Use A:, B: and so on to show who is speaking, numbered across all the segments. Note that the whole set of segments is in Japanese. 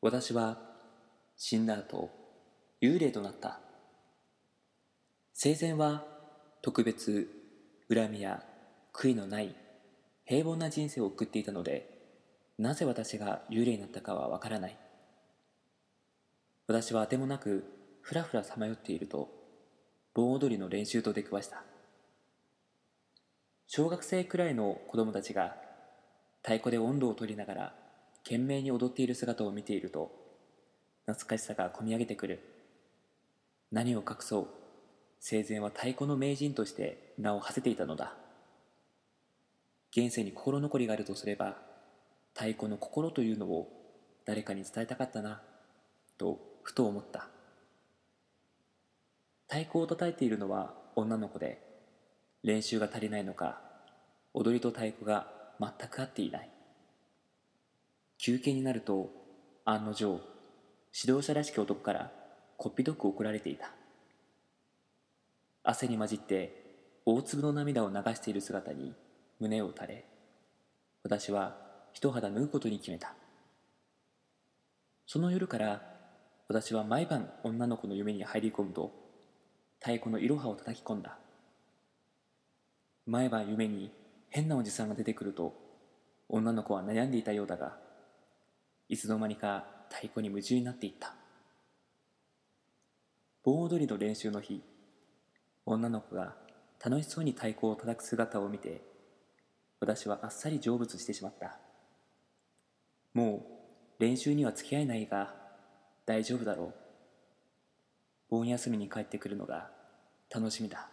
A: 私は死んだ後幽霊となった生前は特別恨みや悔いのない平凡な人生を送っていたのでなぜ私が幽霊になったかはわからない私はあてもなくふらふらさまよっていると盆踊りの練習と出くわした小学生くらいの子供たちが太鼓で音頭を取りながら懸命に踊っている姿を見ていると懐かしさがこみ上げてくる何を隠そう生前は太鼓の名人として名を馳せていたのだ現世に心残りがあるとすれば太鼓の心というのを誰かに伝えたかったなとふと思った太鼓を叩いているのは女の子で練習が足りないのか踊りと太鼓が全く合っていない休憩になると案の定指導者らしき男からこっぴどく怒られていた汗に混じって大粒の涙を流している姿に胸を打たれ私は一肌脱ぐことに決めたその夜から私は毎晩女の子の夢に入り込むと太鼓のいろはを叩き込んだ毎晩夢に変なおじさんが出てくると女の子は悩んでいたようだがいつの間にか太鼓に夢中になっていった盆踊りの練習の日女の子が楽しそうに太鼓を叩く姿を見て私はあっさり成仏してしまったもう練習には付き合えないが大丈夫だろう盆休みに帰ってくるのが楽しみだ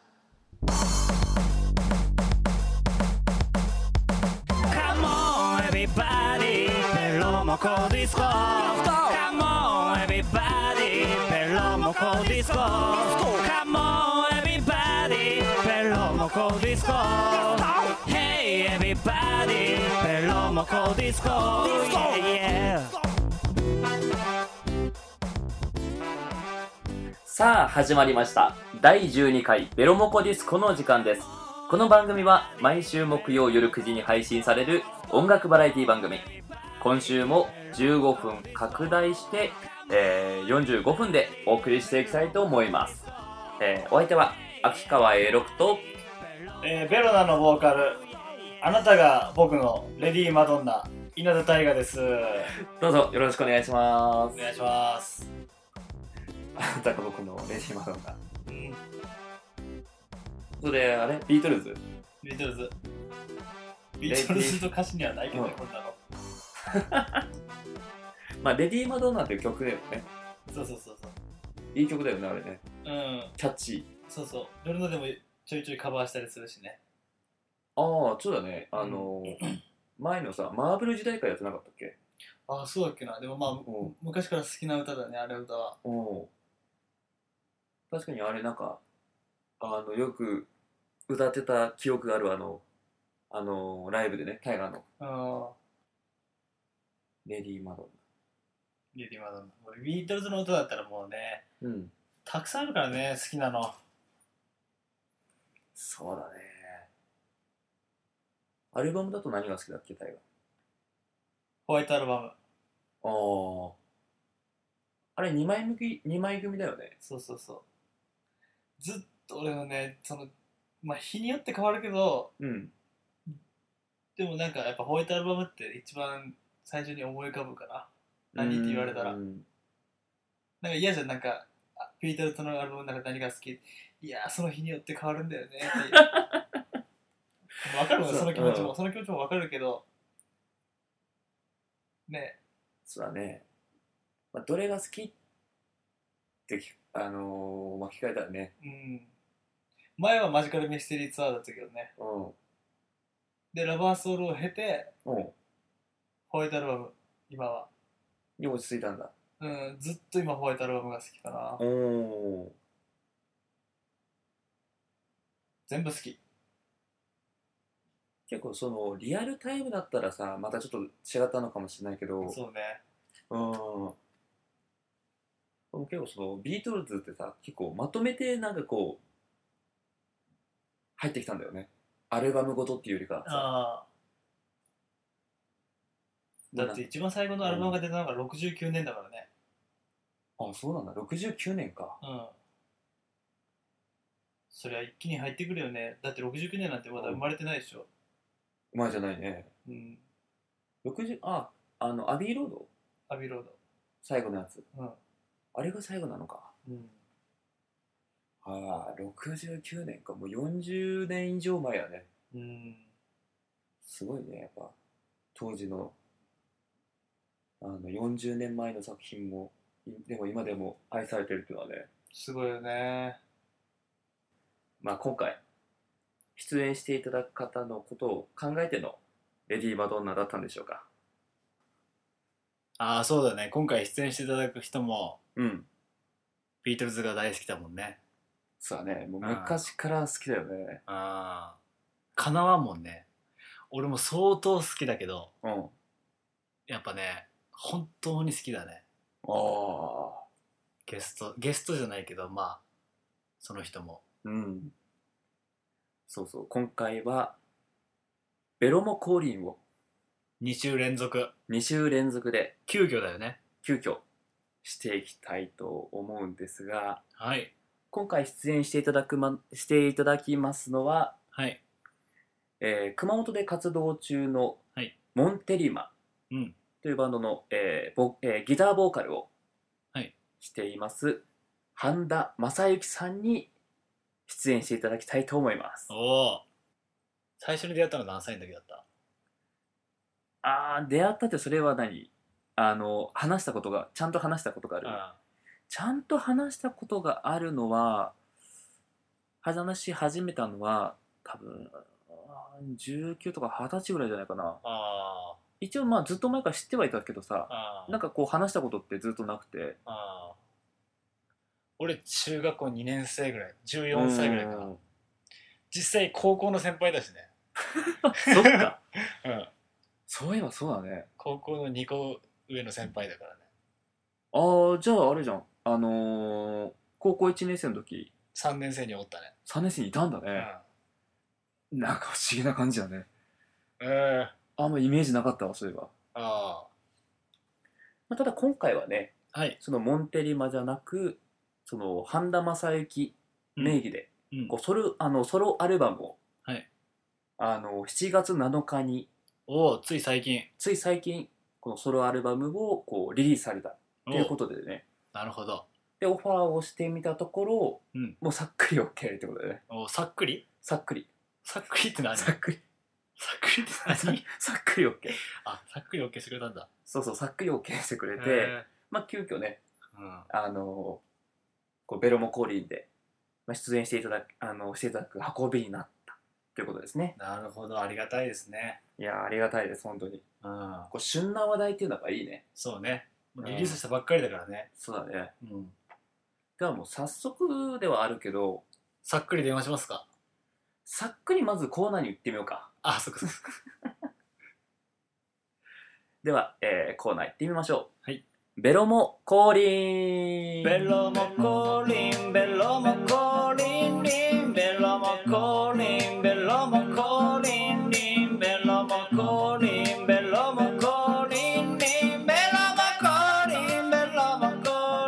A: さあ始まりました第12回ベロモコディスコの時間ですこの番組は毎週木曜夜9時に配信される音楽バラエティ番組今週も15分拡大して、えー45分でお送りしていきたいと思います、えーお相手は秋川 A6 と
B: えーベロナのボーカルあなたが僕のレディー・マドンナ稲田大我です
A: どうぞよろしくお願いしま
B: お
A: す
B: 願いします
A: あなたが僕のレジマドンナそれあれビートルズ
B: ビートルズビートルズの歌詞にはないけど、
A: うん
B: こんなの
A: まあレディー・マドンナっていう曲だよね
B: そうそうそうそう
A: いい曲だよねあれね
B: うん
A: キャッチー
B: そうそうベロナでもちょいちょいカバーしたりするしね
A: ああそうだねあのー前のさマーブル時代からやってなかったっけ
B: ああそうだっけなでもまあ
A: うん
B: 昔から好きな歌だねあれ歌は
A: おう確かにあれなんかあのよく歌ってた記憶があるあのあのライブでねタイガーの「
B: う
A: レディー・マド
B: んレディー・マドンナ俺ビートルズの歌だったらもうね
A: ン」うん
B: たくさんあるからね好きなの
A: そうだねアルバムだと何が好きだっけタイガー
B: ホワイトアルバム
A: あああれ2枚向き二枚組だよね
B: そうそうそう。ずっと俺のね、その、まあ日によって変わるけど、
A: うん
B: でもなんかやっぱホワイトアルバムって一番最初に思い浮かぶから、何って言われたら
A: うん
B: なんか嫌じゃん、なんか、あビートルズのアルバムの中で何が好きいやー、その日によって変わるんだよねって いう。わかるもん、
A: そう
B: その気持ち
A: う
B: も、その気持ちもわかるけど、ね、
A: そうだね、まあ、どれが好きってきあのー、まあ聞かれたらね
B: うん。前はマジカルミステリーツアーだったけどね。
A: うん
B: で、ラバーソウルを経て、
A: うん
B: ホワイトアルバム、今は。
A: に落ち着いたんだ
B: うん、ずっと今ホワイトアルバムが好きかな。
A: おお
B: 全部好き。
A: 結構そのリアルタイムだったらさまたちょっと違ったのかもしれないけどう
B: そうね。
A: んでも結構そのビートルズってさ結構まとめてなんかこう入ってきたんだよねアルバムごとっていうよりか
B: ああ。だって一番最後のアルバムが出たのが69年だからね。
A: あそうなんだ69年か
B: うん。そりゃ一気に入ってくるよね。だって69年なんてまだ生まれてないでしょ。
A: 前じゃないね
B: うん。
A: 60ああのアビーロード
B: アビーロード。
A: 最後のやつ
B: うん。
A: あれが最後なのか
B: うん。
A: ああ69年かもう40年以上前やね
B: うん。
A: すごいねやっぱ当時のあの40年前の作品もいでも今でも愛されてるっていうのはね
B: すごいよね。
A: まあ今回出演していただく方のことを考えてのレディー・マドンナだったんでしょうか
C: ああ、そうだね。今回出演していただく人も、
A: うん
C: ビートルズが大好きだもんね。
A: そうだねもう昔から好きだよね
C: ああ。かなわんもんね。俺も相当好きだけど、
A: うん
C: やっぱね、本当に好きだね。
A: ああ
C: ゲスト、ゲストじゃないけど、まあ、その人も。
A: うんそうそう今回はベロモ降臨を
C: 2週連続、
A: 2週連続で
C: 急遽だよね。
A: 急遽していきたいと思うんですが
C: はい。
A: 今回出演していただく、ま、していただきますのは、
C: はい。
A: えー熊本で活動中の
C: はい
A: モンテリマ
C: うん。
A: というバンドの、えーボえーギターボーカルを
C: はい
A: しています、半田正幸さんに出演していただきたいと思います
C: おお。最初に出会ったのは何歳の時だった
A: あー出会ったってそれは何あの話したことがちゃんと話したことがある
C: あ
A: ちゃんと話したことがあるのは話し始めたのは多分あー19とか20歳ぐらいじゃないかな
C: あ
A: 一応まあずっと前から知ってはいたけどさ
C: ああ
A: なんかこう話したことってずっとなくて
C: ああ俺中学校2年生ぐらい14歳ぐらいか
A: う
C: なん実際高校の先輩だしね、
A: そっか
C: うん、
A: そういえばそうだね
C: 高校の2個上の先輩だからね
A: ああじゃああれじゃんあのー高校1年生の時
C: 3年生におったね
A: 3年生にいたんだね、なんか不思議な感じだね
C: うんええ
A: あんまイメージなかったわそういえば
C: あ
A: まあ、ただ今回はね
C: あはい、
A: そのモンテリマじゃなくその半田正幸名義で、
C: うん
A: こうソロあのソロアルバムを、
C: はい
A: あの7月7日に
C: おおつい最近
A: つい最近このソロアルバムをこうリリースされたという
C: お
A: こ
C: う
A: とでね
C: なるほど
A: でオファーをしてみたところ、
C: うん
A: もうさっくり OK ってことでね
C: おうさっくり
A: さっくり
C: さっくりって何
A: さ
C: さっ
A: っくり
C: くりって
A: さ
C: 何
A: さっくり OK
C: あさっくり OK してくれたんだ
A: そうそうさっくり OK してくれて、
C: へえ
A: まあ急遽ね
C: うん
A: あのこうベロモコーリンで、まあ、出演していただくあのしていただく運びになったということですね
C: なるほどありがたいですね
A: いやーありがたいです本当に
C: うん
A: こう旬な話題っていうのがいいね
C: そうねリリースしたばっかりだからね
A: そうだね
C: うん
A: ではもう早速ではあるけど
C: さっくり電話しますか
A: さっくりまずコーナーに行ってみようか
C: あそっかそっか
A: では、えーコーナー行ってみましょう
C: はい
A: ベロモコーリン
C: ベロモコリンベロモコリンリンベロモコリンベロモコリンリンベロモコリンベロモコリンリンベロモコリンベロモコ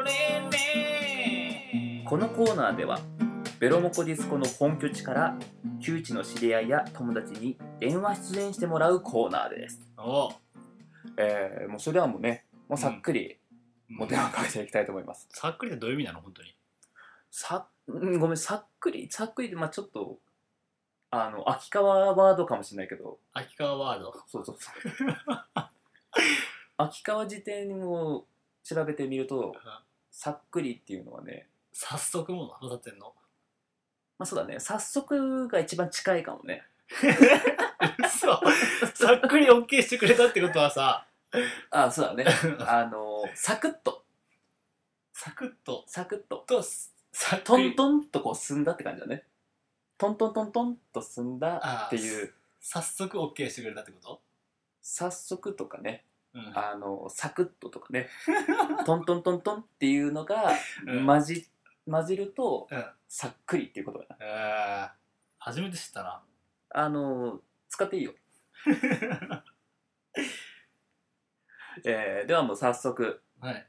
C: リンリン
A: このコーナーではベロモコディスコの本拠地から旧知の知り合いや友達に電話出演してもらうコーナーです、
C: お
A: えー、もうそれはもうねもうさっくり、もう電話かけていきたいと思います
C: さっくりってどういう意味なの本当に
A: さうんごめんさっくりさっくりってまあちょっとあの秋川ワードかもしれないけど
C: 秋川ワード
A: そうそうそう 秋川辞典を調べてみるとさっくりっていうのはね
C: 早速もう混ざってんの
A: まあそうだね早速が一番近いかもね
C: 嘘さっくり OK してくれたってことはさ
A: あそう だねあのサクッと
C: サクッと
A: サクッと
C: とさっ
A: ト
C: く
A: ン
C: り
A: トンとこう進んだって感じだねトントントントンと進んだっていう
C: 早速 OK してくれたってこと
A: 早速とかね
C: うん
A: あのサクッととかね トントントントンっていうのが
C: うん
A: 混じ,、混じると
C: うん
A: さっくりっていうことだな
C: えー、初めて知ったな
A: あの使っていいよえーではもう早速
C: はい。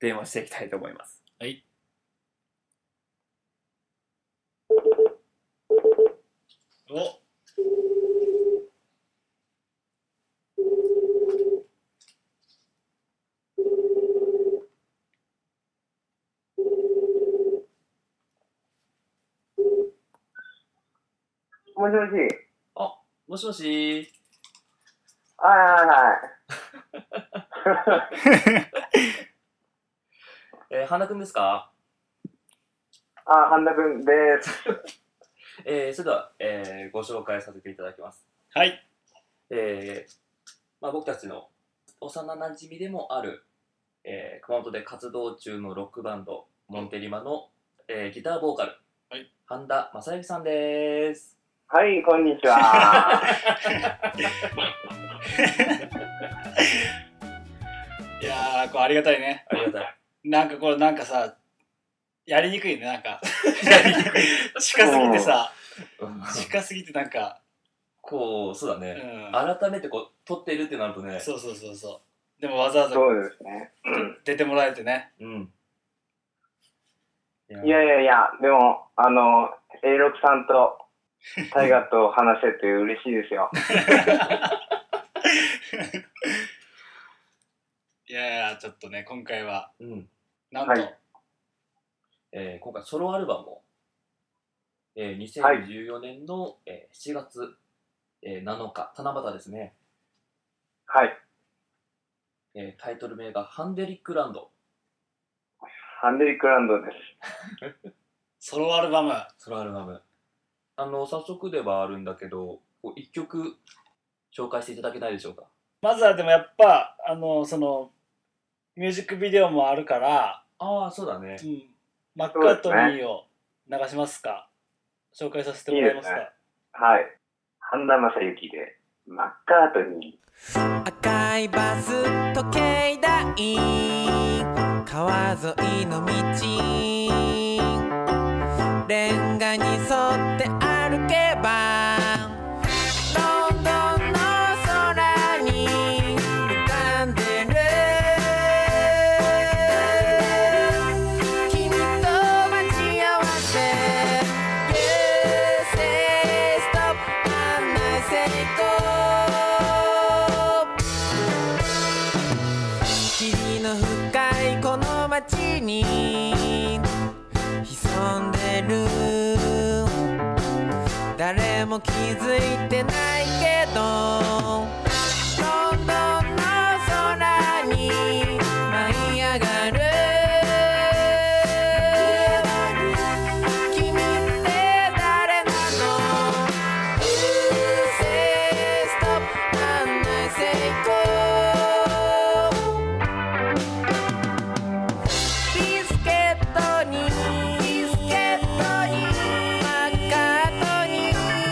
A: 電話していきたいと思います。
C: はい。お
D: もしもし。
A: もしもし
D: はいはいはい。
A: えー、花くんですか
D: あ、半田くんです。
A: えー、それでは、えーご紹介させていただきます。
C: はい。
A: えーまあ、僕たちの幼なじみでもある、えー熊本で活動中のロックバンドモンテリマの、えーギターボーカル、
C: はい
A: 半田正幸さんです。
D: はい、こんにちは。
C: いやー、こうありがたいね。
A: ありがたい。
C: なんかこれなんかさ、やりにくいね、なん か。やりにくい。近すぎてさ、
A: うん
C: 近すぎてなんか、
A: こうそうだ
C: う
A: ね、
C: ん。
A: 改めてこう撮ってるってなるとね、
C: そうそうそうそう。でもわざわざ
D: そうですね。
C: 出てもらえてね。
A: うん。いや
D: いやい
A: や
D: やいや、でも、あの、A6 さんとタイガーと話せて嬉しいですよ。
C: いやいや、ちょっとね、今回は、
A: うん
C: なんと、
D: はい
A: えー今回ソロアルバムを、えー
D: はい
A: 2014年の、えー7月、えー7日七夕ですね。
D: はい。
A: えータイトル名が「ハンデリックランド
D: ハンデリックランドです。
C: ソロアルバム。」
A: ソロアルバムあの早速ではあるんだけどこう一曲紹介していただけないでしょうか
C: まずはでもやっぱ、あの、その、ミュージックビデオもあるから、
A: ああそうだね
C: うん、マッカートニーを流しますか。紹介させてもらえますか。
D: いいはい。半田正幸で、マッカートニ
E: 赤いバス時計台川沿いの道レンガに沿って歩けばロンドンの空に浮かんでる君と待ち合わせ You say stop and I say go 霧の深いこの街に潜んでる誰も気づいてないけどロンドンの空に舞い上がる君って誰なの You say stop and I say go ビスケットにビスケットに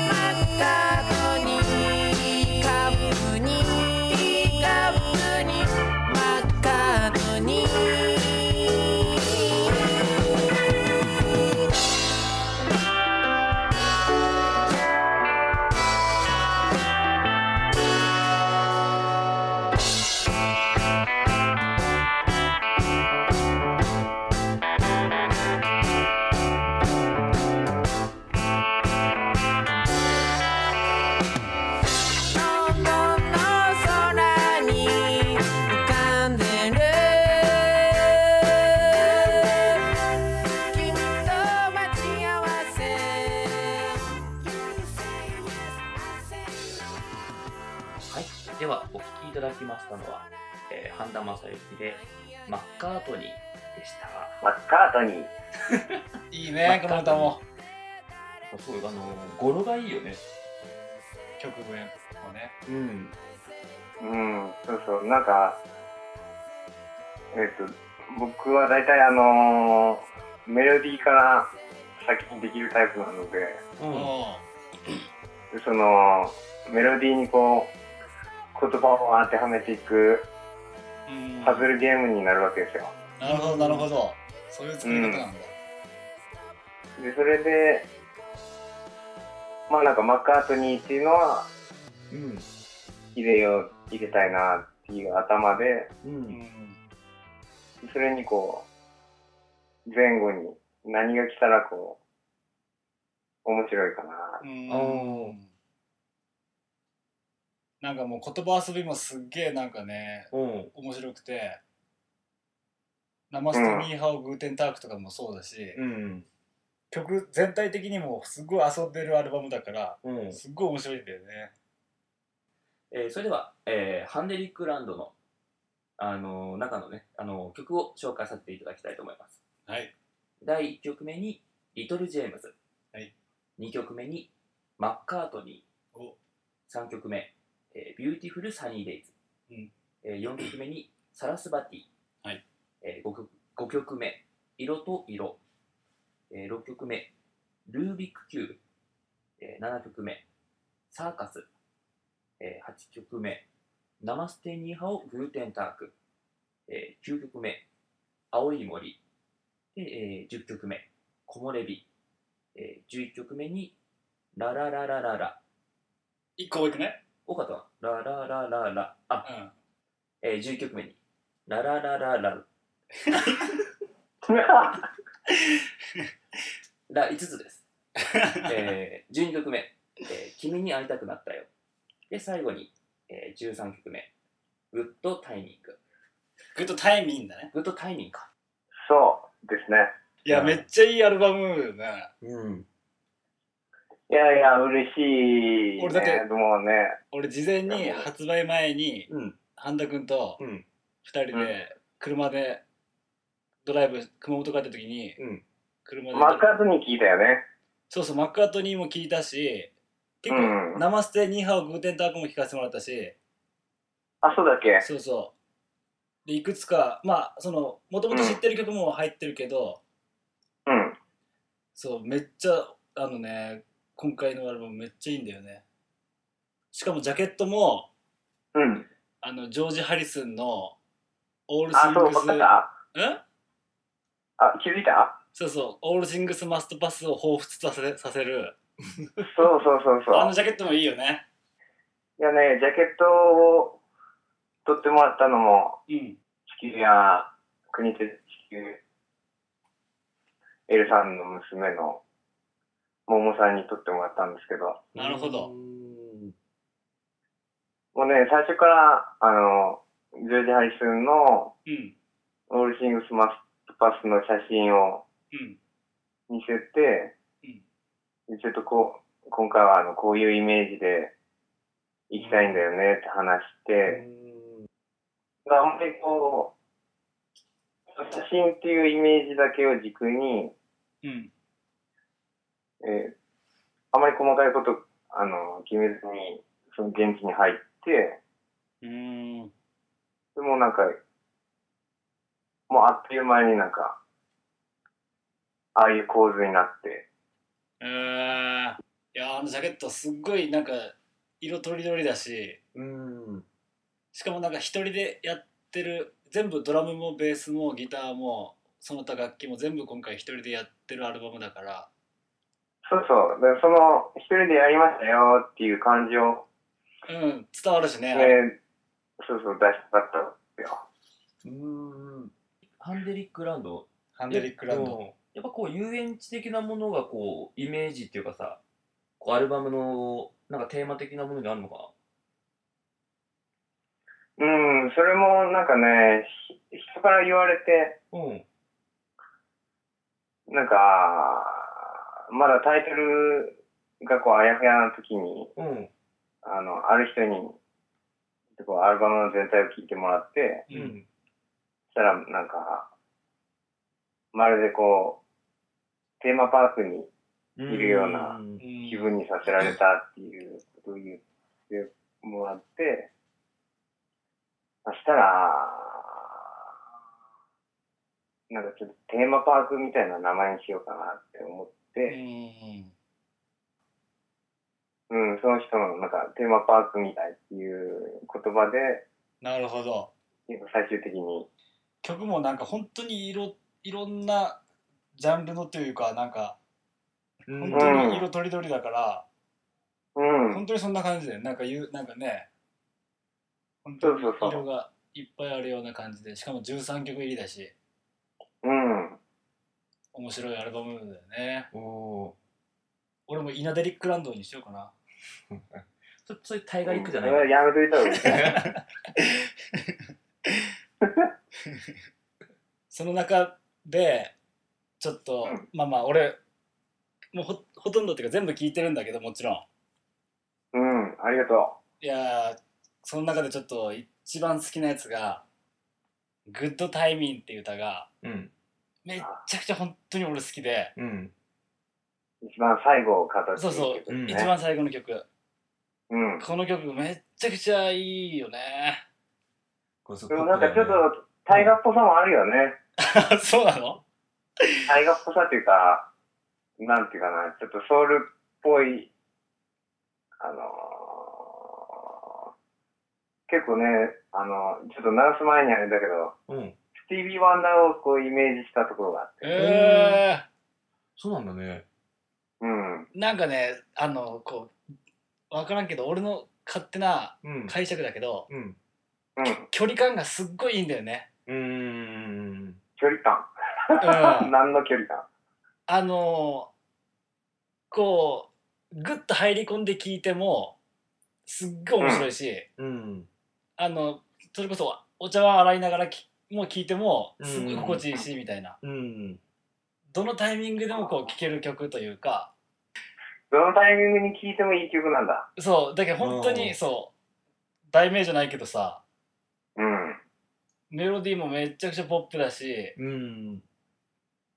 E: マッカートにマッカートにティーカップにティーカップにマッカートにロンドンの空に浮かんでる君と待ち合わせ You say yes, I say no
A: はいではお聴きいただきましたのは、えー、半田正幸で「マッカートニー」でした
D: ー。マッカートニー。
C: いい
A: マ
C: ね
A: ッ、
C: こ
A: カ
C: の
A: ート
C: 歌
A: ニー
C: も。
A: すごいあの語呂がいいよね
C: 曲名もね。
A: うん
D: うん、そうそう、なんか、えっ、と、僕は大体あのーメロディーから先にできるタイプなので、
A: うん
C: う
D: でその、メロディーにこう、言葉を当てはめていく
C: ん。
D: パズルゲームになるわけですよ。
C: なるほど、なるほど。そういう作り方なんだ。
D: で、それで、まあなんかマッカートニーっていうのは
A: うん
D: 入れよう、入れたいなっィーが頭で、
A: う。
B: うんん。
D: それにこう、前後に何が来たらこう、面白いかな。
B: うん
A: おー
C: なんかもう言葉遊びもすっげえなんかね
A: うん。
C: 面白くて「ナマステニーハオグーテンターク」とかもそうだし、
A: うん。
C: 曲全体的にもすごい遊んでるアルバムだから
A: うん。
C: すっごい面白いんだよね
A: えーそれでは、えーハンデリックランドの、あのー中のね、あのー曲を紹介させていただきたいと思います。
C: はい
A: 第1曲目に、リトル・ジェームズ。
C: はい
A: 2曲目に、マッカートニ
C: お
A: ー。3曲目、えービューティフル・サニー・デイズ。
C: うん
A: えー4曲目に、サラスバティ。
C: はい
A: え 5, 曲5曲目、色と色。え6曲目、ルービック・キューブ。え7曲目、サーカス。えー8曲目、ナマステニーハオグーテンターク。えー9曲目、青い森。で、えー10曲目、木漏れ日。えー11曲目に、ララララララ。
C: 一個多いくね
A: 多かったなラララララ。あ、
C: うん
A: えー11曲目に、ララララララ。5つ です。えー12曲目、えー君に会いたくなったよ。で、最後に、えー13曲目、グッドタイミング。
C: グッドタイミングだね
A: グッドタイミングか。
D: そうですね。
C: いや、
A: うん
C: めっちゃいいアルバムよね
A: うん。
D: いやいや、嬉しい、ね。
C: 俺だって
D: もうね、
C: 俺事前に発売前に
A: うん。
C: 半田君と
A: うん。
C: 2人で車でドライブ熊本帰った時に
A: うん
C: 車で
D: マッカートニー聞いたよね。
C: そうそうマッカートニーも聞いたし結
D: う
C: 構「
D: ん
C: ナマステニーハオグーテンターク」も聞かせてもらったし
D: あ、そうだっけ
C: そうそうでいくつかまあそのもともと知ってる曲も入ってるけど
D: うん。
C: そうめっちゃあのね今回のアルバムめっちゃいいんだよねしかもジャケットも
D: うん。
C: あのジョージ・ハリスンの「オール・シ
D: あ、
C: ン
D: そう、
C: グ
D: 分かっ
C: ス」
D: た
C: うん
D: あ、気づいた
C: そうそう、オールシングスマストパスを彷彿とさせさせる。
D: そうそうそうそう。
C: あのジャケットもいいよね。
D: いやね、ジャケットを取ってもらったのも、
C: うん。
D: 地球や国鉄地球、エルさんの娘の、ももさんに取ってもらったんですけど、
C: なるほど
A: うん。
D: もうね、最初から、あの、ジョージ・ハリスンの
C: うん。
D: オールシングスマスパスの写真を
C: うん。
D: 見せて、ちょっとこう、今回はあの、こういうイメージで行きたいんだよねって話して、あんまりこう、写真っていうイメージだけを軸に、
C: うん。
D: えーあまり細かいこと、あの、決めずに、その現地に入って、
C: うん。
D: でもなんか、もうあっという間になんか、ああいう構図になって、
C: えー、いやー、あのジャケットすっごいなんか、色とりどりだし、
A: うん。
C: しかもなんか一人でやってる、全部ドラムもベースもギターも、その他楽器も全部今回一人でやってるアルバムだから、
D: そうそう、でその、一人でやりましたよっていう感じを、
C: うん、伝わるしね。
D: ねそうそう、出したかったんですよ。
A: うん。ハンデリックランド。
C: ハンドリックランド。
A: うんやっぱこう遊園地的なものがこうイメージっていうかさ、こうアルバムのなんかテーマ的なものにあるのか
D: うん、それもなんかね、ひ人から言われて、
A: なうん。
D: なんか、まだタイトルがこうあやふやな時に、
A: うん。
D: あの、ある人に、こうアルバムの全体を聴いてもらって、
C: うん。うん。
D: そしたらなんか、まるでこう、テーマパークに
A: うん。
D: いるような
A: うん
D: 気分にさせられたっていうことを言ってもらって、そしたら、なんかちょっとテーマパークみたいな名前にしようかなって思って、
C: うん。
D: うん、その人のなんかテーマパークみたいっていう言葉で、
C: なるほど。
D: 最終的に、
C: 曲もなんか本当に色いろんなジャンルのというかなんか
A: うん
C: 本当に色とりどりだから、
D: うん、
C: 本当にそんな感じでなんか言うなんかね
B: 本
D: そ
B: 当
D: う
B: に
D: そうそ
C: 色
D: う。
C: がいっぱいあるような感じでしかも13曲入りだし
D: うん。
C: 面白いアルバムだよね
F: おお
C: 俺もイナデリックランドにしようかなそそれタイガーリックじゃない
D: それはやめといた方がいい。
C: その中でちょっと、
D: うん
C: まあまあ俺もうほほとんどっていうか全部聞いてるんだけどもちろん
D: うん、ありがと
C: いやーその中でちょっと一番好きなやつが「グッドタイミン」っていう歌が
F: ーうん
C: めっちゃくちゃ本当に俺好きで
F: うん
D: う。一番最後を語っていく
C: そうそう
D: ことです
F: ん
C: 一
D: ね
C: 番最後の曲
D: うん。
C: この曲めっちゃくちゃいいよね
F: こそ
D: でもなんかちょっ、
F: こと
D: 大河っぽさもあるよね。
C: そうなの
D: 大河っぽさっていうか、なんていうかな、ちょっとソウルっぽい、あのー、結構ね、あのちょっと直す前にあれだけ
F: だ
D: ど、
F: よねうん
D: スティービー・ワンダーをこうイメージしたところがあって。
C: え
F: そうなんだね
D: うん。
C: ー、なんかねあのこう分からんけど俺の勝手な
F: うん
C: 解釈だけど
F: うん
D: うん。
C: 距離感がすっごいいいんだよね
F: うーん
D: 距離感。
C: うん
D: 何の距離感
C: あのーこうグッと入り込んで聞いてもすっごい面白いし、
F: うん
C: あのそれこそお茶碗洗いながらきもう聞いても
F: うん
C: すっごい心地いいしみたいな、
F: うん
C: どのタイミングでもこう聴ける曲というか
D: どのタイミングに聴いてもいい曲なんだ。
C: そうだけど本当
F: う
C: に
F: ん
C: そう題名じゃないけどさ
D: うん。
C: メロディーもめちゃくちゃポップだし
F: うん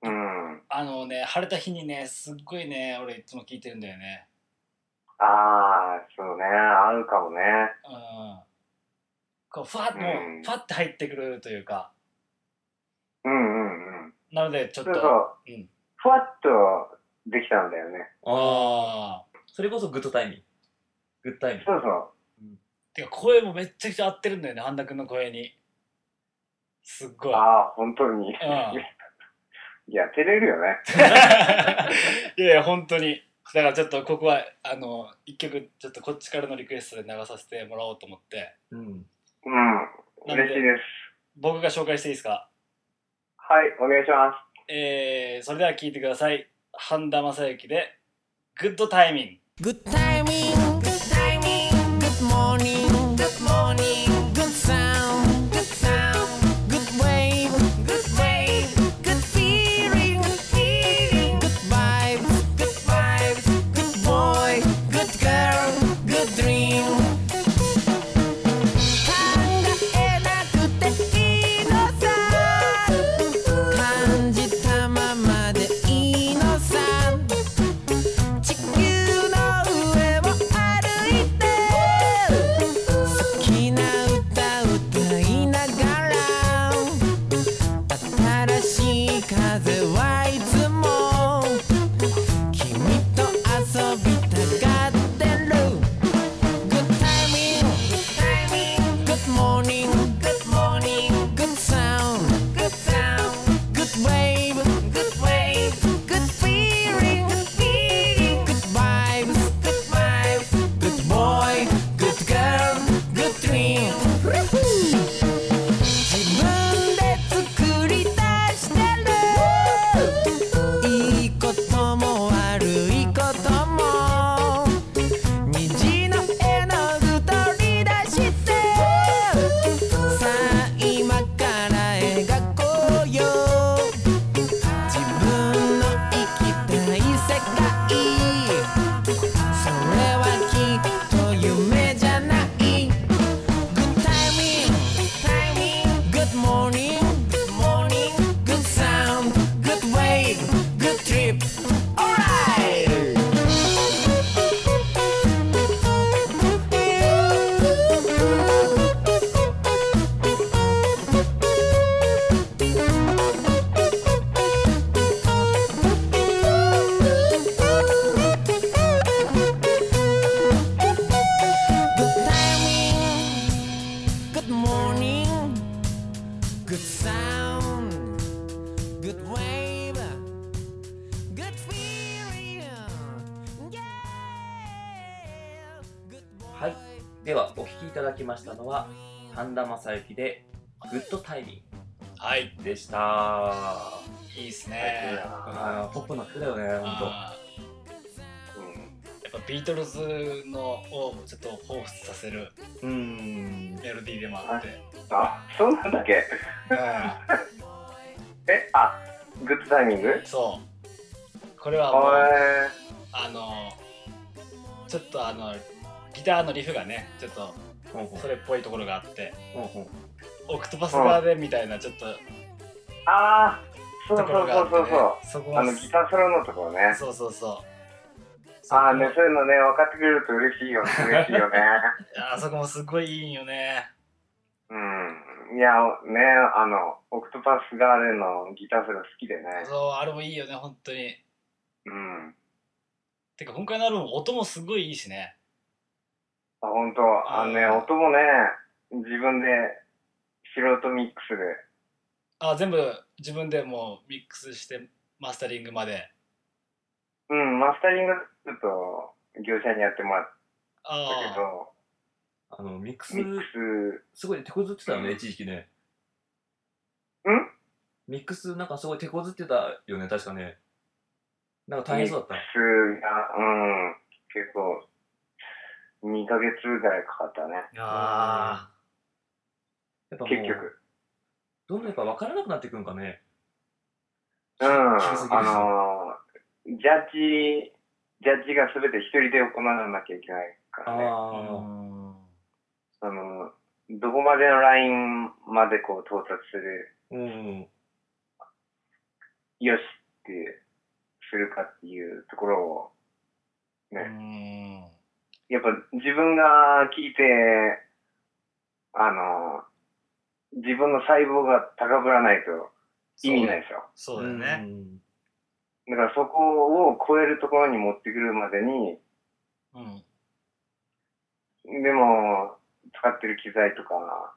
D: うん。
C: あのね晴れた日にねすっごいね俺いつも聴いてるんだよね
D: ああ、そうね。合うかもね。
C: うんこうふわっとも
D: う
C: うんふわって入ってくるというか
D: うんうんうん。
C: なのでちょっ
D: そ
C: と
D: うそう。
C: うん
D: ふわっとできたんだよね。
F: ああ
C: ああ
F: それこそグッドタイミンググッドタイミング
D: そうそう。
C: てか声もめっちゃくちゃ合ってるんだよね半田君の声にすっごい
D: ああ、本当に。い
C: うん
D: や、照れるよね。
C: いやいや本当にだからちょっとここはあの一曲ちょっとこっちからのリクエストで流させてもらおうと思って
F: うん
D: うん。嬉しいです。
C: 僕が紹介していいですか、
D: はい、お願いします。
C: えー、それでは聴いてください半田正幸で「グッドタイミング」
E: Good timing, good timing, good morning, good morning, good sound, good sound, good wave, good wave, good feeling, good feeling, good vibes, good vibes, good boy, good girl, good dream. 考えなくていいのさ感じたままでいいのさ地球の上を歩いて好きな歌歌いながら新しい風はいつも君と遊びたがってる Good timing, good timing, good morning, good morning, good sound, good sound, good wave, good wave, good feeling, good feeling, good vibes, good vibes, good boy, good girl, good dream. 自分で作り出してるいいことも悪いことも虹の絵の具取り出してさあ今から描こうよ自分の生きたい世界それはきっと夢じゃない Good timing, good timing, good morning, good morning, good sound, good wave, good trip, alright!
F: はいではお聴きいただきましたのは
A: 神田正幸でグッドタイミ
C: はい。
A: ングでしたあ
C: いいっすね。
A: ーポップな人だよねほんと
C: あ
D: うん
C: ーやっぱビートルズのをちょっと彷彿させる
A: うーん
C: メロディーでもあって。
D: あ、そうなんだっけ
C: う
D: え、あ、グッドタイミング
C: ん。そう。これはもう。
D: は
C: あのちょっとあのギターのリフがねちょっと
A: ほんほん
C: それっぽいところがあって
A: ほんほん
C: オクトパス側でみたいなちょっと
D: い。ああ、そうそ
C: とこ
D: う
C: ろがあ
D: そ
C: っ
D: う
C: て、ね
D: そうそ
C: そ
D: う。、
C: こ
D: あ
C: は
D: のギターソロのところね。
C: そうそうそうそ
D: ああ
C: こ
D: ね、そういうのね、分かってくれると嬉しいよね。嬉しいよね。
C: あそこもすごいいいよね
D: うん。いや、ね、あの、オクトパスガーデンのギターソロ好きでね。
C: そうあれもいいよね本当に
D: うん。あ、
C: てか今回のアルバム音もすごいいいしね
D: ほんと、あのね、
C: うん
D: 音もね、自分で素人ミックスで。
C: あ全部自分でもうミックスしてマスタリングまで
D: うん、マスタリングちょっと業者にやってもらったけ
C: あ
D: ど、
A: あのミックス
D: ミック
A: すごい手こずってたよね
D: うん
A: 一時期ね
D: ん
A: ミックスなんかすごい手こずってたよね確かねなんか大変そうだった
D: スが、うん、結構、2ヶ月ぐらいかかったね。
C: あ
A: やっぱもう
D: 結局。
A: どんどんやっぱ分からなくなってくんかね
D: うん、
A: 急すぎる
D: あのー、ジャッジ、ジャッジが全て一人で行わなきゃいけないからね。
A: あ
D: その、どこまでのラインまでこう到達する、
A: ーうん
D: よしってするかっていうところを、
C: う
D: ね
C: ん
D: やっぱ自分が聞いて、あの、自分の細胞が高ぶらないと意味ないですよ。
C: そうだよね
D: だからそこを超えるところに持ってくるまでに、
C: うん
D: でも使ってる機材とか、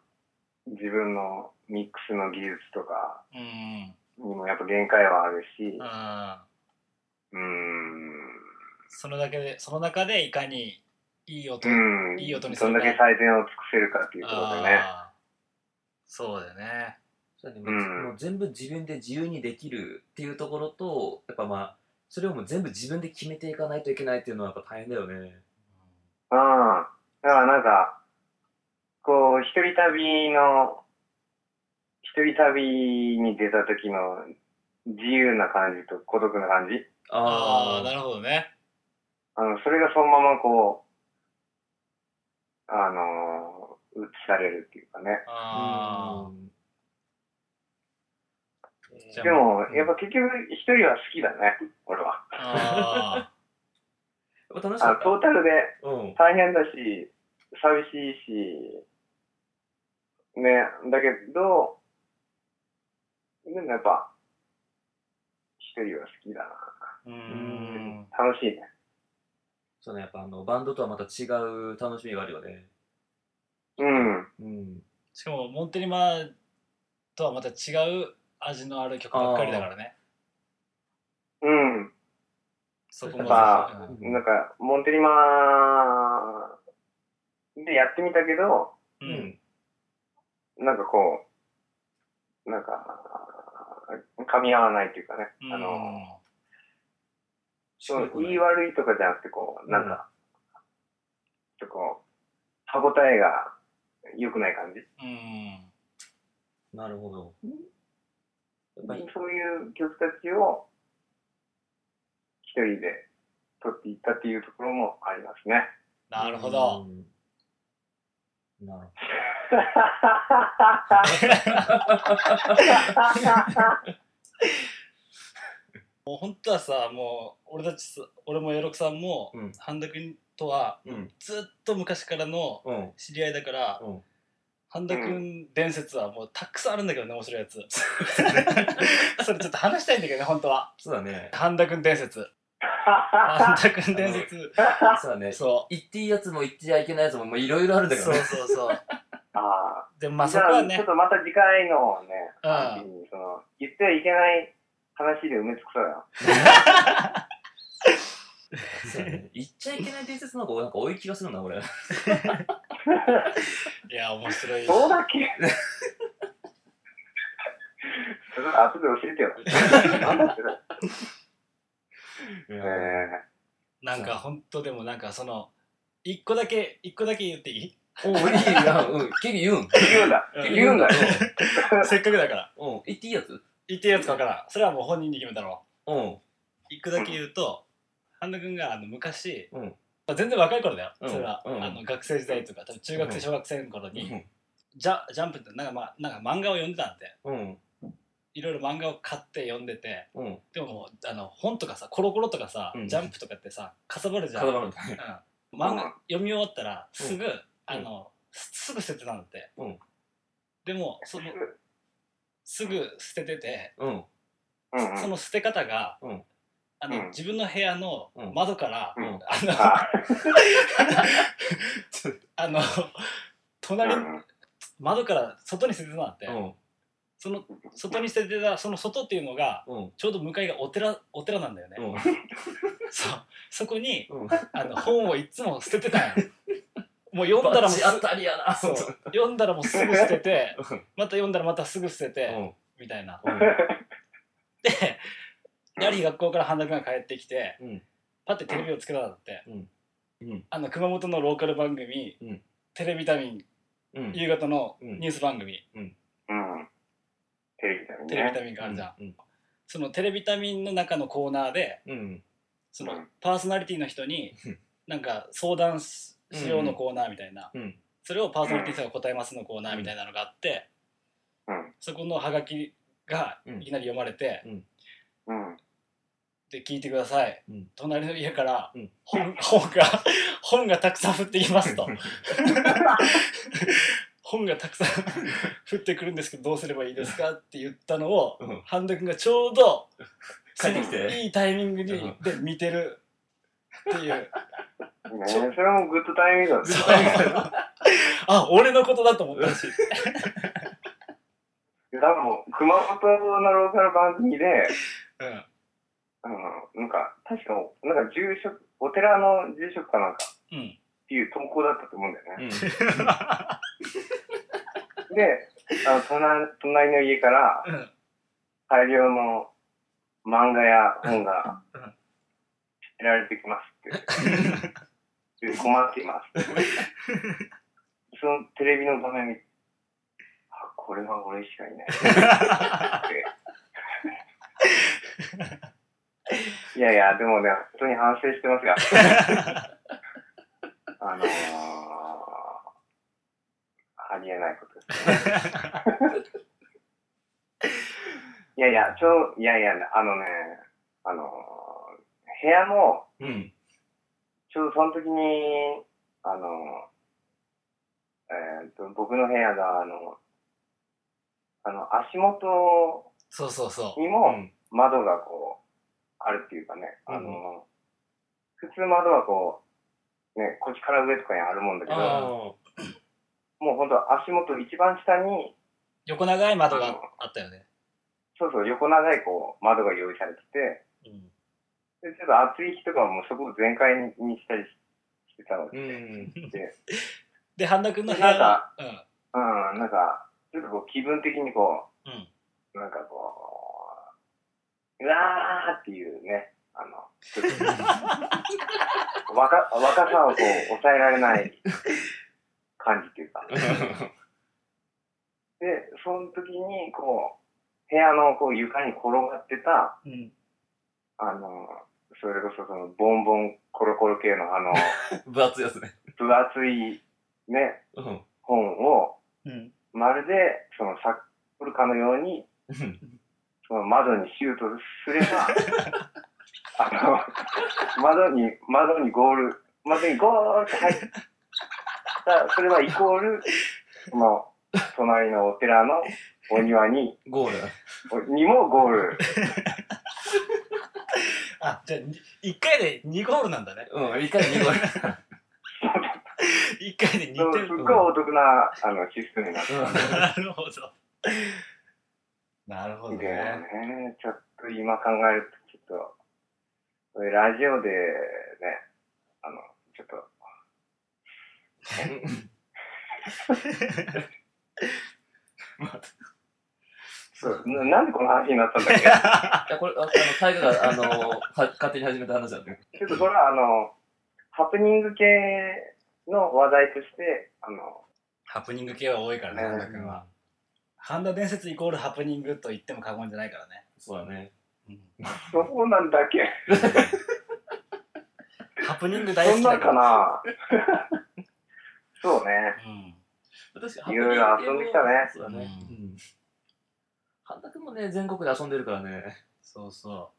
D: 自分のミックスの技術とか
C: うん
D: にもやっぱ限界はあるし、
C: うん
D: うーん、
C: そのだけでその中でいかにいい音、
D: うん、
C: いい音にす
D: ど
C: る
D: ん
C: か
D: だけ最善を尽くせるかっていうことでね。
C: あーそうだよね
A: そうだね
D: うん
A: もう全部自分で自由にできるっていうところとやっぱまあそれをもう全部自分で決めていかないといけないっていうのはやっぱ大変だよね
D: うん。だからなんか、こう、一人旅の、一人旅に出た時の自由な感じと孤独な感じ。
C: ああな
A: る
C: るほどね
D: あの、それがそのままこう、あのー、映されるっていうかね。
C: あじゃあ
D: でも
A: う、ん
D: やっぱ結局一人は好きだね、俺は。
C: ーあ
A: やっぱ楽しか
D: あ
A: っ
D: トータルで
A: たうん
D: 大変だし、寂しいし、ね、だけど、でもやっぱ、一人は好きだ
C: ーうーん
D: な。楽しいね。
A: そうねやっぱあのバンドとはまた違う楽しみがあるよね
D: うん。
A: うん
C: しかもモンテリマとはまた違う味のある曲ばっかりだからね
D: うん。
C: そ
A: や
C: こも
A: っ
D: ぱ
C: う
D: なんか、モンテリマでやってみたけど、
C: んうん
D: なんかこう、なんか、噛み合わないというかね。あの、そう、言い悪いとかじゃなくて、こう、なんか、ちょっとこう、歯応えが良くない感じ。
C: うん
A: なるほどやっぱり
D: そういう曲たちを、一人で撮っていったっていうところもあります ね。
C: なるほど
A: うんなるほど
C: もう本当はさもう俺たちさ俺もエロクさんも
A: うん
C: 半田君とは
A: うん
C: ずっと昔からの
A: うん
C: 知り合いだから、
A: うん
C: 半田君伝説はもうたくさんあるんだけどね面白 いやつそれちょっと話したいんだけどね本当は
A: そうだね
C: 半田君伝説半田君伝説
A: そう だね
C: そ
A: 言っていいやつも言っちゃいけないやつももういろいろあるん
C: う
A: だけど
C: そう
A: ね
C: そうそう
D: あ
C: でま
D: あ
C: あ
D: じ
C: そこ
D: ゃ
C: は
D: あ、ちょっ
C: ね
D: とまた次回のね、
C: うん
D: 話にその言ってはいけない話で埋め尽くそうよ。
F: そうやね言っちゃいけない伝説の方がなんか多い気がするな俺
C: いや、面白い。
D: そうだっけそれは後で教えて よ。なんだってだ。え
C: なんか本当でもなんかその、一個だけ、一個だけ言っていい
F: おういいやうん結構言うん
D: ー、言うんだ。言うんだ。
C: せっかくだから。
F: うんうん言っていいやつ
C: 言ってるやつかわからん。それはもう本人に決めたろ
F: うん
C: う。一個だけ言うと、ハンド君があの昔、
F: うん
C: まあ全然若い頃だよ。
F: うん
C: それは、
F: うん
C: あの学生時代とか、多分中学生、
F: うん
C: 小学生の頃に、
F: うん
C: ジャジャンプってなんか,、まあ、なんか漫画を読んでたんで、
F: うん
C: いろいろ漫画を買って読んでて、
F: うん
C: でももうあの本とかさ、コロコロとかさ、
F: うん
C: ジャンプとかってさ、かさばるじゃん。
F: 固まるんだ
C: うん、漫画
D: うん
C: 読み終わったらすぐ、あのすすぐ捨ててたんだって、
F: うん
C: でもそのすぐ捨ててて、
F: うん
D: うんうん
C: その捨て方が、
F: うん
C: あの
D: うん
C: 自分の部屋の
F: うん
C: 窓から、
D: うん
C: あの
D: あ
C: あの
D: うん
C: 隣窓から外に捨ててたんだって、
F: うん
C: その外に捨ててたその外っていうのが
F: うん
C: ちょうど向かいがお寺お寺なんだよね、
F: うん
C: そうそこに
F: うん
C: あの本をいつも捨ててたんよ もう読んだらもうす
F: バチ当たりやな
C: そう読んだらもうすぐ捨てて
F: うん
C: また読んだらまたすぐ捨てて、
F: うん
C: みたいな
F: うん
C: でやはり学校から半田君が帰ってきて、
F: うん
C: パッてテレビをつけたんだって、
F: うんうん
C: あの熊本のローカル番組、
F: うん
C: テレビタミン
F: うん
C: 夕方の
F: うん
C: ニュース番組、
D: うん。テレビだよ
C: テレビ
D: ね。
C: タミンがあるじゃん、
F: うん
C: そのテレビタミンの中のコーナーで
F: うん
C: その
D: うん
C: パーソナリティの人に
F: うん
C: なんか相談ししようのコーナーみたいな、
F: うん
C: それをパーソナリティさんが答えますのコーナーみたいなのがあって、
D: うん
C: そこのハガキが
F: うん
C: いきなり読まれて、
D: うん。
C: で聞いてください、
F: うん
C: 隣の家から
F: うん
C: 本,、本が本がたくさん降ってきますと本がたくさん 降ってくるんですけどどうすればいいですかって言ったのを
F: うん
C: ハンド君がちょうど
F: 帰ってきて
C: そのいいタイミングに
F: うん
C: で見てるって いう
D: ねそれもグッドタイミングだね。
C: あ俺のことだと思ったし
D: 多分、熊本のローカル番組で、
C: うん
D: あの、なんか、確か、なんか住職、お寺の住職かなんかっ
C: うん
D: ていう投稿だったと思うんだよね。
F: うん
D: で、あの隣隣の家から
C: うん
D: 大量の漫画や本が
C: うんうん
D: 捨てられてきますって。で困っていますって。そのテレビの画面見て、あ、これは俺しかいないって。いやいや、でもね、本当に反省してますが。あのー、ありえないことです。いやいや、ちょ、いやいや、あのね、あのー、部屋も、
F: うん
D: ちょうどその時に、あのー、えーっと、僕の部屋が、あの、あの、足元
C: そうそうそう
D: に
F: う
D: も
F: ん
D: 窓がこう、あるっていうかね、あ
F: う
D: のー、普通窓はこう、ね、腰から上とかにあるもんだけど、
C: あ
D: もうほんと足元一番下に、
C: 横長い窓があったよね、
D: そうそう、横長いこう、窓が用意されてて、
C: うん
D: で、ちょっと暑い日とかはもうそこを全開にしたりしてたので、
F: うん
C: で半田君の部屋は
D: うん、なんか、ちょっとこう気分的にこ
C: うんうん
D: う、なんかこう、うわーっていうね、あの、ちょっと 若若さをこう抑えられない感じっていうか。で、その時にこう、部屋のこう床に転がってた、
C: うん
D: あの、それこそそのボンボンコロコロ系の あの、
F: 分厚いやつね
D: 分厚いね、
F: うん
D: 本を、
C: うん
D: まるで、そのサッカルカのように、
F: うん
D: その窓にシュートすれば、 あの、窓に、窓にゴール、窓にゴールって入った、それはイコール、その、隣のお寺のお庭に、
F: ゴール
D: にもゴール。
C: あじゃあに一回で二ゴールなんだね
F: うん一回2ゴール
C: 一回で二
D: すっ
C: 点
D: ごいお得な、あの、システムになって
F: うん
C: なるほど。なるほど
D: るんで
C: ね。
D: ね、ちょっと今考えると、ちょっこれラジオでね、あの、ちょっと、そうななんでこの話になったんだっけ
A: いや、これ、ああの、タイガが、あの、は勝手に始めた話だね。
D: ちょっとこれはあの、ハプニング系の話題として、あの、
G: ハプニング系は多いからね、
D: う
G: 半
D: ん
G: 田君は。半田伝説イコールハプニングと言っても過言じゃないからね。
A: そうだね。
D: そうなんだっけ
G: ハプニング大好
D: そん
G: き
D: な
G: だ
D: んか
G: から。
D: な そうね。
G: うん。
A: 確
D: いろいろ遊んできたね
A: そうだね。
G: う
A: うん。半田君もね、全国で遊んでるからね。やっ
G: そうそ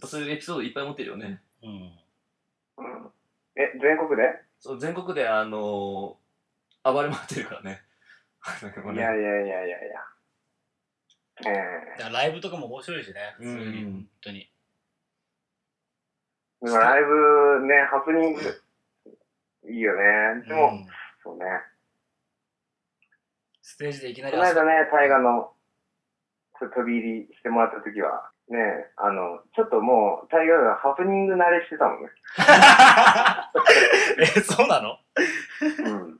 A: ぱそういうエピソードいっぱい持ってるよね。
G: う。うん。
D: うん、え、全国で
A: そう、全国で、あの、暴れ回ってるからね。半田君も
D: い
A: ね
D: やいやいやいやいや。え
G: だからライブとかも面白いしね、普通に、
A: うん
G: 本当に。
D: えでもライブね、ハプニング、いいよね。でも、
G: うん
D: そうね。
G: ステージでいきな
D: こ
G: り
D: の間ね、大河のちょっと飛び入りしてもらった時は、ね、あの、ちょっともう、大河がハプニング慣れしてたもんね。
G: え、そうなの
D: うん。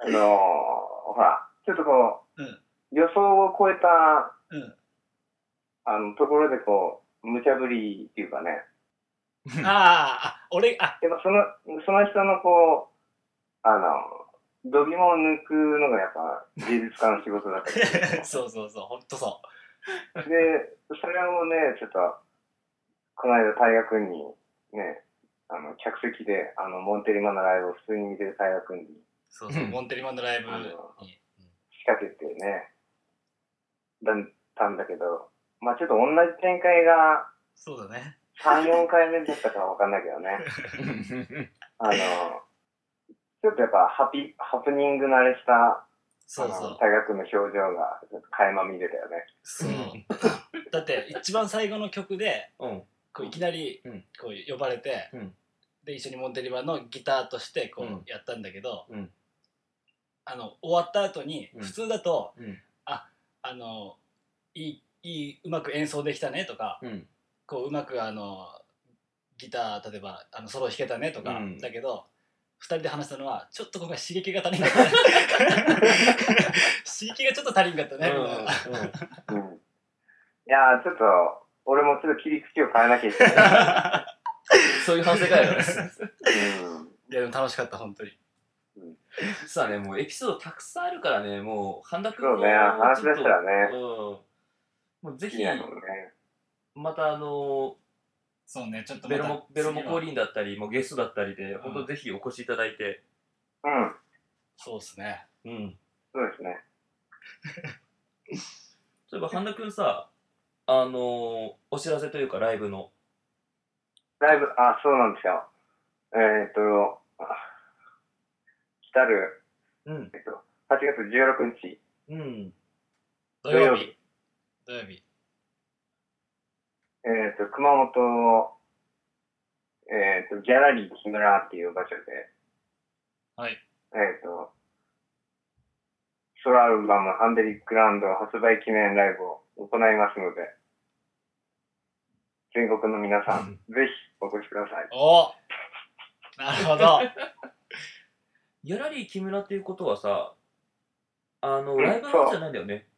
D: あのー、ほら、ちょっとこう、
C: うん
D: 予想を超えた、
C: うん
D: あの、ところでこう、無茶ぶりっていうかね、
C: ああ、俺、 あ、
D: やっぱその、その人のこう、あの、度肝を抜くのがやっぱ芸術家の仕事 だから。
C: そうそうそう、ほんとそ
D: で、それをね、ちょっと、この間大学君に、ね、あの、客席で、あの、モンテリマのライブを普通に見てる大学君に
C: う。そうそう、
A: うん
C: モンテリマンのライブ
D: あの
C: に。
D: 仕掛けてね、だったんだけど、まあちょっと同じ展開が
C: そうだね。
D: 3、4回目だったかわかんないけどね。あの、ちょっとやっぱハピ、ハプニング慣れした、
C: そう
D: あ
C: そ
D: の
C: う。
D: 大学の表情が、ちょっと垣間見れ たよね。
C: そう。だって、一番最後の曲で、
A: うん。
C: こういきなり
A: うん
C: こう呼ばれて、
A: うん
C: で一緒にモンテリバのギターとしてこ
A: うん
C: うやったんだけど、
A: うん
C: あの終わった後に
A: うん
C: 普通だと、
A: うん
C: ああのいいいいうまく演奏できたねとか
A: うん。
C: こううまくあのギター例えばあのソロ弾けたねとか、
A: うん
C: だけど2人で話したのはちょっと今回刺激が足りん かったね刺激がちょっと足りんかったね、
D: うん。いやー、ちょっと、俺もちょっと切り口を変えなきゃい けない。
A: そういう反省会だね。
D: うん。
C: いやでも楽しかった本当に
A: 実はね、もうエピソードたくさんあるからね、もう、半田君
D: そうね、話し出したら
A: う
D: ね、
A: ん。もうぜ
D: い
A: ひ
D: い、やろうね。
A: またあの、
G: そうね、ちょっとま
A: ベ
G: た
A: ロモ、ベロモ
G: 次
A: コ
G: は
A: ーリンだったり、もうゲストだったりで、本当ぜひお越しいただいて。
D: うん、
C: そうですね
A: うん。
D: そうですね。
A: そういえば、半田君さ、あのお知らせというか、ライブの。
D: ライブ、あ、そうなんですよ。えー、っと、あ来たる、
A: うん。
D: えっと、8月16日、
A: うん。
C: 土曜
D: 土曜
C: 日土曜日
D: えー、っと、熊本の、えー、っと、ギャラリー木村っていう場所で、
C: はい。
D: えー、っと、ソロアルバム、アンデリックランド発売記念ライブを行いますので、全国の皆さん、ぜひお越しください。
C: おおなるほ ど
A: ギャラリー木村っていうことはさ、あの、
D: ん
A: ライブハウスじゃないんだよね。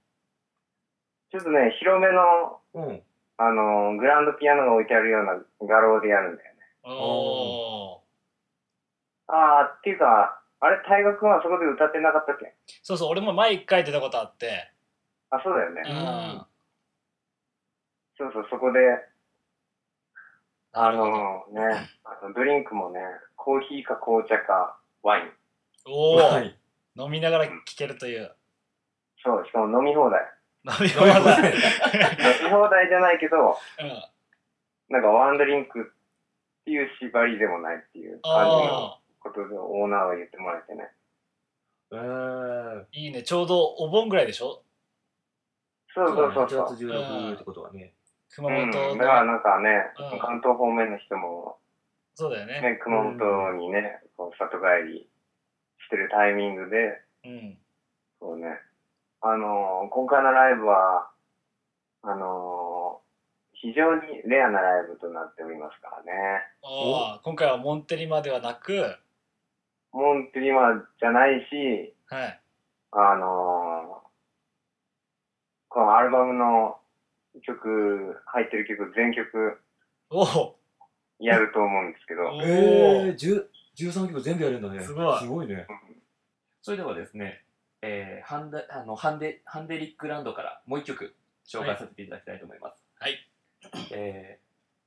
D: ちょっとね、広めの
A: うん。
D: あの、グランドピアノが置いてあるような画廊でやるんだよね。
C: おお
D: あー、っていうか、あれ、大河君はそこで歌ってなかったっけ
C: そうそう俺も前一回出たことあって
D: あ、そうだよね。
C: うん
A: ん
D: そうそう、そこで、あのね、あのドリンクもね、コーヒーか紅茶かワイン。
C: おお、
A: はい。
C: 飲みながら聴けるという
D: そう、しかも飲み放題。
C: 飲み 放 題
D: 飲み放題じゃないけど、
C: うん
D: なんかワンドリンクっていう縛りでもないっていう感じの
C: ああ
D: ことでオーナーは言ってもらえてね。
A: えー。
C: いいねちょうどお盆ぐらいでしょ
D: そうそうそう
A: 1
D: そう。
A: 月16ってことはね。
C: 熊
D: う
C: 本
D: ん、だ
C: の、
D: からなんかね、
C: うん
D: 関東方面の人も
C: そうだよね
D: ね、熊本にね、こう里帰りしてるタイミングで、
C: うん
D: こうね、あのー今回のライブは、あのー非常にレアなライブとなっておりますからね。
C: ああ今回はモンテリマではなく、
D: モンテリマじゃないし、
C: はい。
D: あのーこのアルバムの曲、入ってる曲、全曲
C: おお
D: やると思うんですけど、
C: お
A: え
C: ー
A: ー、10 13曲全部やるんだね。
C: すごい
A: すごいね。それではですね、えー、ハンデあのハンデハンデリックランドからもう一曲紹介させていただきたいと思います。
C: はい。
A: え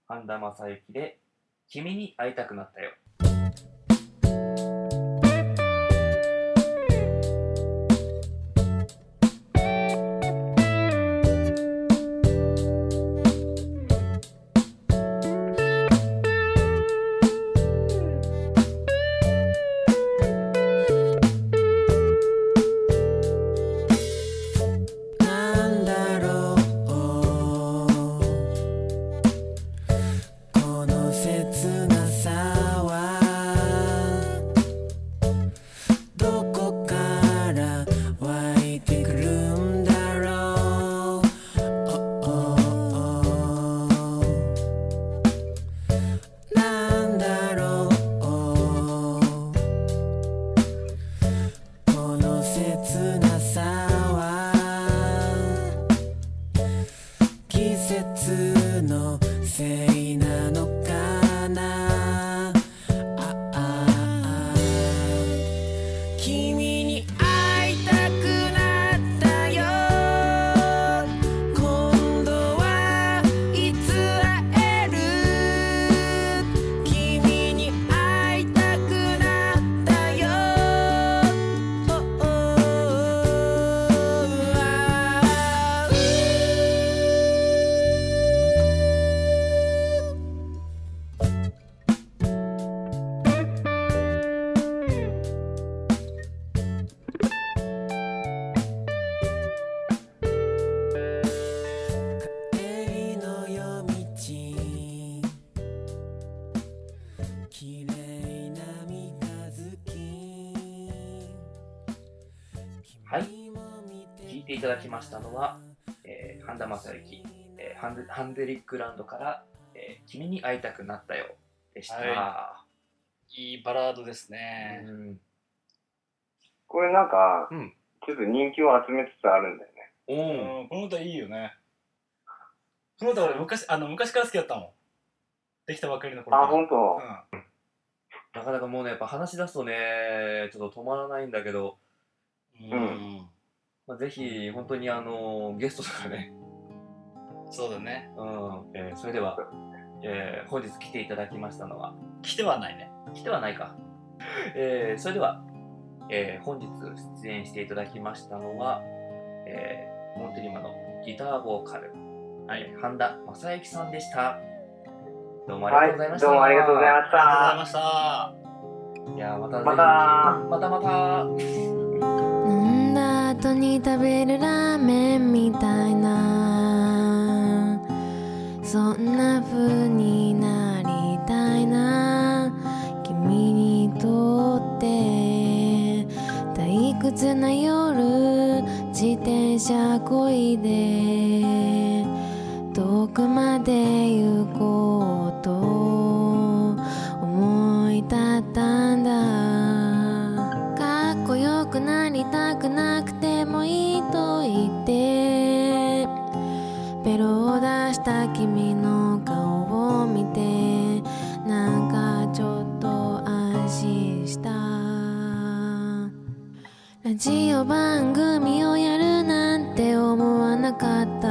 A: ー、半田正幸で、君に会いたくなったよ。
E: なんだろうこの切なさはどこから湧いてくるんだろうなんだろうこの切なさは季節のせいなのかなああ君に会いたくなったよ今度はいつ会える君に会いたくなったよ「おおあう」「帰りの夜道」「綺麗な三日月」
A: はい聴いていただきましたのは、えー、半田正幸、えーハンデ、ハンデリックランドから、えー、君に会いたくなったよでした。
C: いいバラードですね。
A: うん
D: これなんか、
A: うん
D: ちょっと人気を集めつつあるんだよね。
A: お
C: う
A: ー
C: ん、この歌いいよね。この歌俺昔、あの、昔から好きだったもん。できたばっかりの頃
D: あ、
C: から。
D: ほんと。
C: う
A: なかなかもうね、やっぱ話し出すとね、ちょっと止まらないんだけど、
C: ん。うん。
A: まあ、ぜひ、本当にあのゲストとかね、
C: そうだね。
A: うんえーそれでは、えー本日来ていただきましたのは、
C: 来てはないね。
A: 来てはないか。えーそれでは、えー本日出演していただきましたのは、えーモンテリマのギターボーカル、
C: はい
A: えー半田正幸さんでした。どうもあり
D: は
A: が
D: い
A: とうございまし、た。
D: どうもありがとうございま
C: あ
D: し
C: りがとうございまし
D: た。
A: い
C: た。
A: やーまたぜひ
D: また
A: またまた。
H: 飲んだ後に食べるラーメンみたいなそんな風になりたいな君にとって退屈な夜自転車こいで遠くまで行こうと思い立ったんだかっこよくなりたくなくてもいいと言ってベロを出した君の顔を見てなんかちょっと安心したラジオ番組をやるなんて思わなかった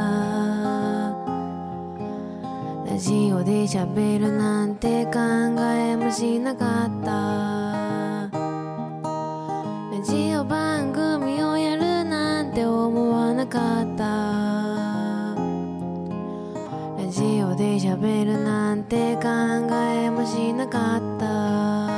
H: ラジオで喋るなんて考えもしなかったラジオ番組をやるなんて思わなかったラジオで喋るなんて考えもしなかった